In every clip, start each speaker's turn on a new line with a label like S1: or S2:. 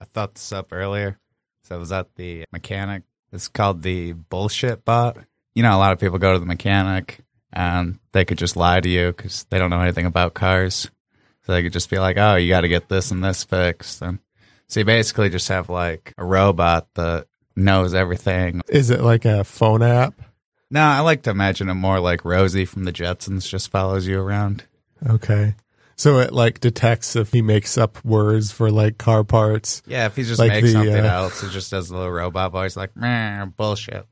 S1: I thought this up earlier. So I was at the mechanic. It's called the bullshit bot. You know, a lot of people go to the mechanic and they could just lie to you because they don't know anything about cars. So they could just be like, oh, you got to get this and this fixed. And so you basically just have like a robot that knows everything.
S2: Is it like a phone app?
S1: No, I like to imagine it more like Rosie from the Jetsons just follows you around.
S2: Okay. So it like detects if he makes up words for like car parts.
S1: Yeah, if he just
S2: Like
S1: makes
S2: the,
S1: something
S2: uh,
S1: else, it just does a little robot voice like "Meh, bullshit.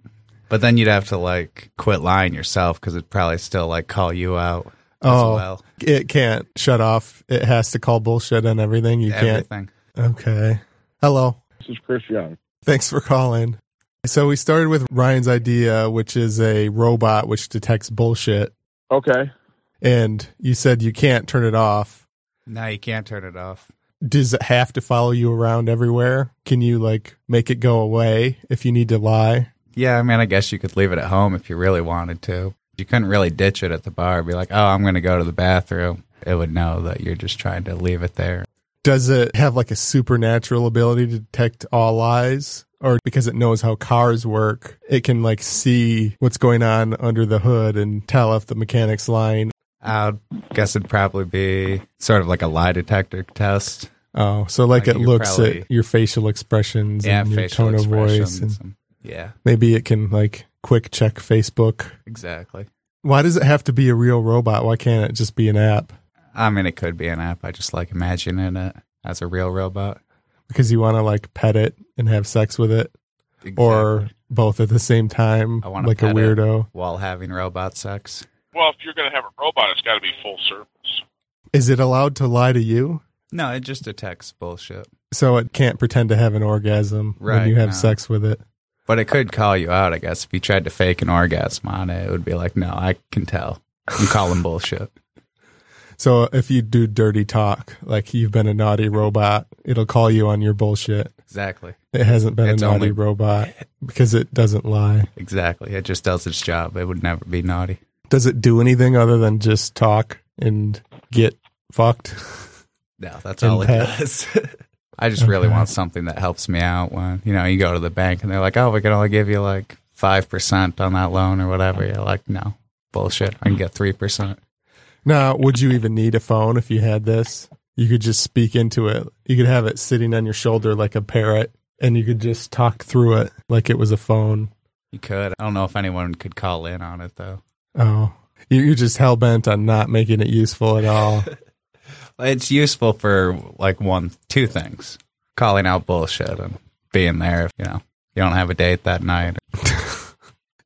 S1: But then you'd have to like quit lying yourself because it'd probably still like call you out as
S2: Oh,
S1: well.
S2: It can't shut off. It has to call bullshit on everything. You
S1: Everything.
S2: can't. Okay. Hello.
S3: This is Chris Young.
S2: Thanks for calling. So we started with Ryan's idea, which is a robot which detects bullshit.
S3: Okay.
S2: And you said you can't turn it off.
S1: No, you can't turn it off.
S2: Does it have to follow you around everywhere? Can you like make it go away if you need to lie?
S1: Yeah, I mean, I guess you could leave it at home if you really wanted to. You couldn't really ditch it at the bar. Be like, oh, I'm going to go to the bathroom. It would know that you're just trying to leave it there.
S2: Does it have like a supernatural ability to detect all lies? Or because it knows how cars work, it can like see what's going on under the hood and tell if the mechanic's lying.
S1: I guess it'd probably be sort of like a lie detector test.
S2: Oh, so like,
S1: Like,
S2: it
S1: you
S2: looks
S1: probably-
S2: at your facial expressions
S1: Yeah,
S2: and your
S1: facial
S2: tone of voice and
S1: expressions. and- yeah,
S2: Maybe it can like quick check Facebook.
S1: exactly.
S2: Why does it have to be a real robot? Why can't it just be an app?
S1: I mean, it could be an app. I just like imagining it as a real robot.
S2: Because you want to like pet it and have sex with it, or
S1: Exactly.
S2: both at the same time,
S1: I wanna
S2: like a
S1: pet it.
S2: weirdo.
S1: while having robot sex.
S4: Well, if you're going to have a robot, it's got to be full service.
S2: Is it allowed to lie to you?
S1: No, it just detects bullshit.
S2: So it can't pretend to have an orgasm
S1: Right,
S2: when you have
S1: no.
S2: sex with it.
S1: But it could call you out, I guess. If you tried to fake an orgasm on it, it would be like, no, I can tell. I'm calling bullshit.
S2: So if you do dirty talk, like you've been a naughty robot, it'll call you on your bullshit.
S1: Exactly.
S2: It hasn't been
S1: It's
S2: a naughty
S1: only-
S2: robot because it doesn't lie.
S1: Exactly. It just does its job. It would never be naughty.
S2: Does it do anything other than just talk and get fucked?
S1: No, that's
S2: And
S1: all it
S2: pet.
S1: does. I just really
S2: Okay.
S1: want something that helps me out when, you know, you go to the bank and they're like, oh, we can only give you like 5% on that loan or whatever. You're like, no, bullshit. I can get 3%.
S2: Now, would you even need a phone if you had this? You could just speak into it. You could have it sitting on your shoulder like a parrot, and you could just talk through it like it was a phone.
S1: You could. I don't know if anyone could call in on it though.
S2: Oh, You- you're just hell bent on not making it useful at all.
S1: It's useful for like one, two things: calling out bullshit and being there. If, you know, you don't have a date that night.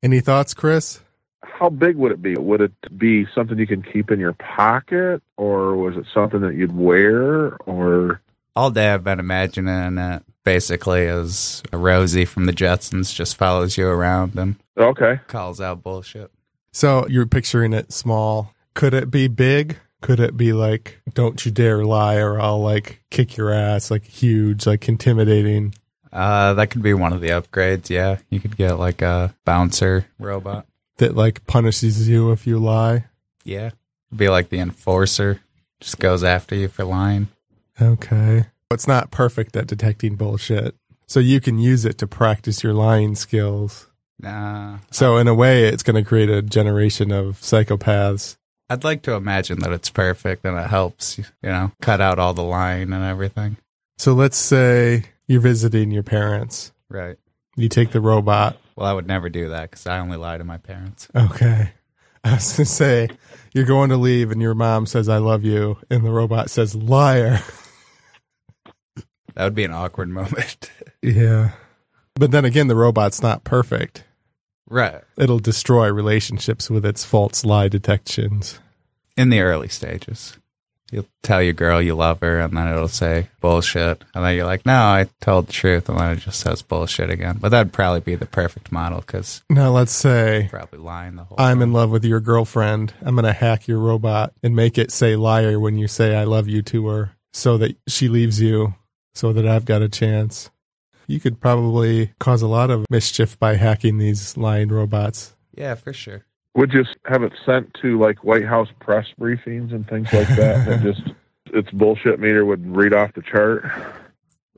S2: Any thoughts, Chris?
S3: How big would it be? Would it be something you can keep in your pocket, or was it something that you'd wear? Or
S1: All day I've been imagining it basically as a Rosie from the Jetsons just follows you around and
S3: okay,
S1: calls out bullshit.
S2: So you're picturing it small. Could it be big? Could it be like, don't you dare lie or I'll like kick your ass, like huge, like intimidating?
S1: Uh, that could be one of the upgrades. Yeah, you could get like a bouncer robot.
S2: that like punishes you if you lie.
S1: Yeah, be like the enforcer, just goes after you for lying.
S2: Okay. It's not perfect at detecting bullshit. So you can use it to practice your lying skills.
S1: Nah,
S2: So in a way it's going to create a generation of psychopaths.
S1: I'd like to imagine that it's perfect and it helps, you know, cut out all the lying and everything.
S2: So let's say you're visiting your parents.
S1: Right.
S2: You take the robot.
S1: Well, I would never do that because I only lie to my parents.
S2: Okay. I was going to say you're going to leave and your mom says I love you and the robot says liar.
S1: That would be an awkward moment.
S2: Yeah. But then again the robot's not perfect.
S1: right.
S2: It'll destroy relationships with its false lie detections.
S1: In the early stages, you'll tell your girl you love her and then it'll say bullshit. And then you're like, no, I told the truth. And then it just says bullshit again. But that'd probably be the perfect model because
S2: Now, let's say
S1: probably lying the whole
S2: I'm
S1: time.
S2: in love with your girlfriend. I'm going to hack your robot and make it say liar when you say I love you to her so that she leaves you, so that I've got a chance. You could probably cause a lot of mischief by hacking these lying robots.
S1: Yeah, for sure.
S3: would you have it sent to like White House press briefings and things like that? that just its bullshit meter would read off the chart.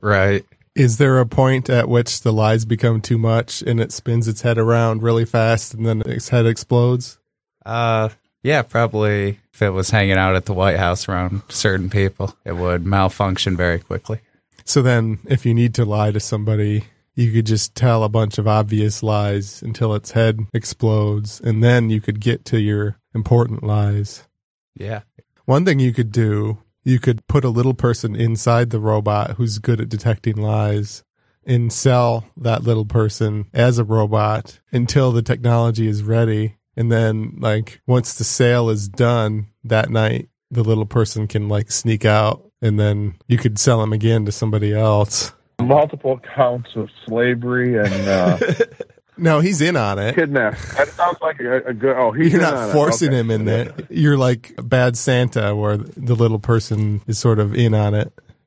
S1: Right.
S2: Is there a point at which the lies become too much and it spins its head around really fast and then its head explodes?
S1: Uh, yeah, probably if it was hanging out at the White House around certain people, it would malfunction very quickly.
S2: So then, if you need to lie to somebody, you could just tell a bunch of obvious lies until its head explodes, and then you could get to your important lies.
S1: Yeah.
S2: One thing you could do, you could put a little person inside the robot who's good at detecting lies and sell that little person as a robot until the technology is ready. And then, like, once the sale is done that night, the little person can, like, sneak out and then you could sell him again to somebody else.
S3: Multiple counts of slavery and uh,
S2: No, he's in on it.
S3: kidnapping. That sounds like a, a good. Oh, he's
S2: You're
S3: in
S2: not
S3: on it.
S2: forcing
S3: Okay.
S2: him in there. You're like bad Santa, where the little person is sort of in on it.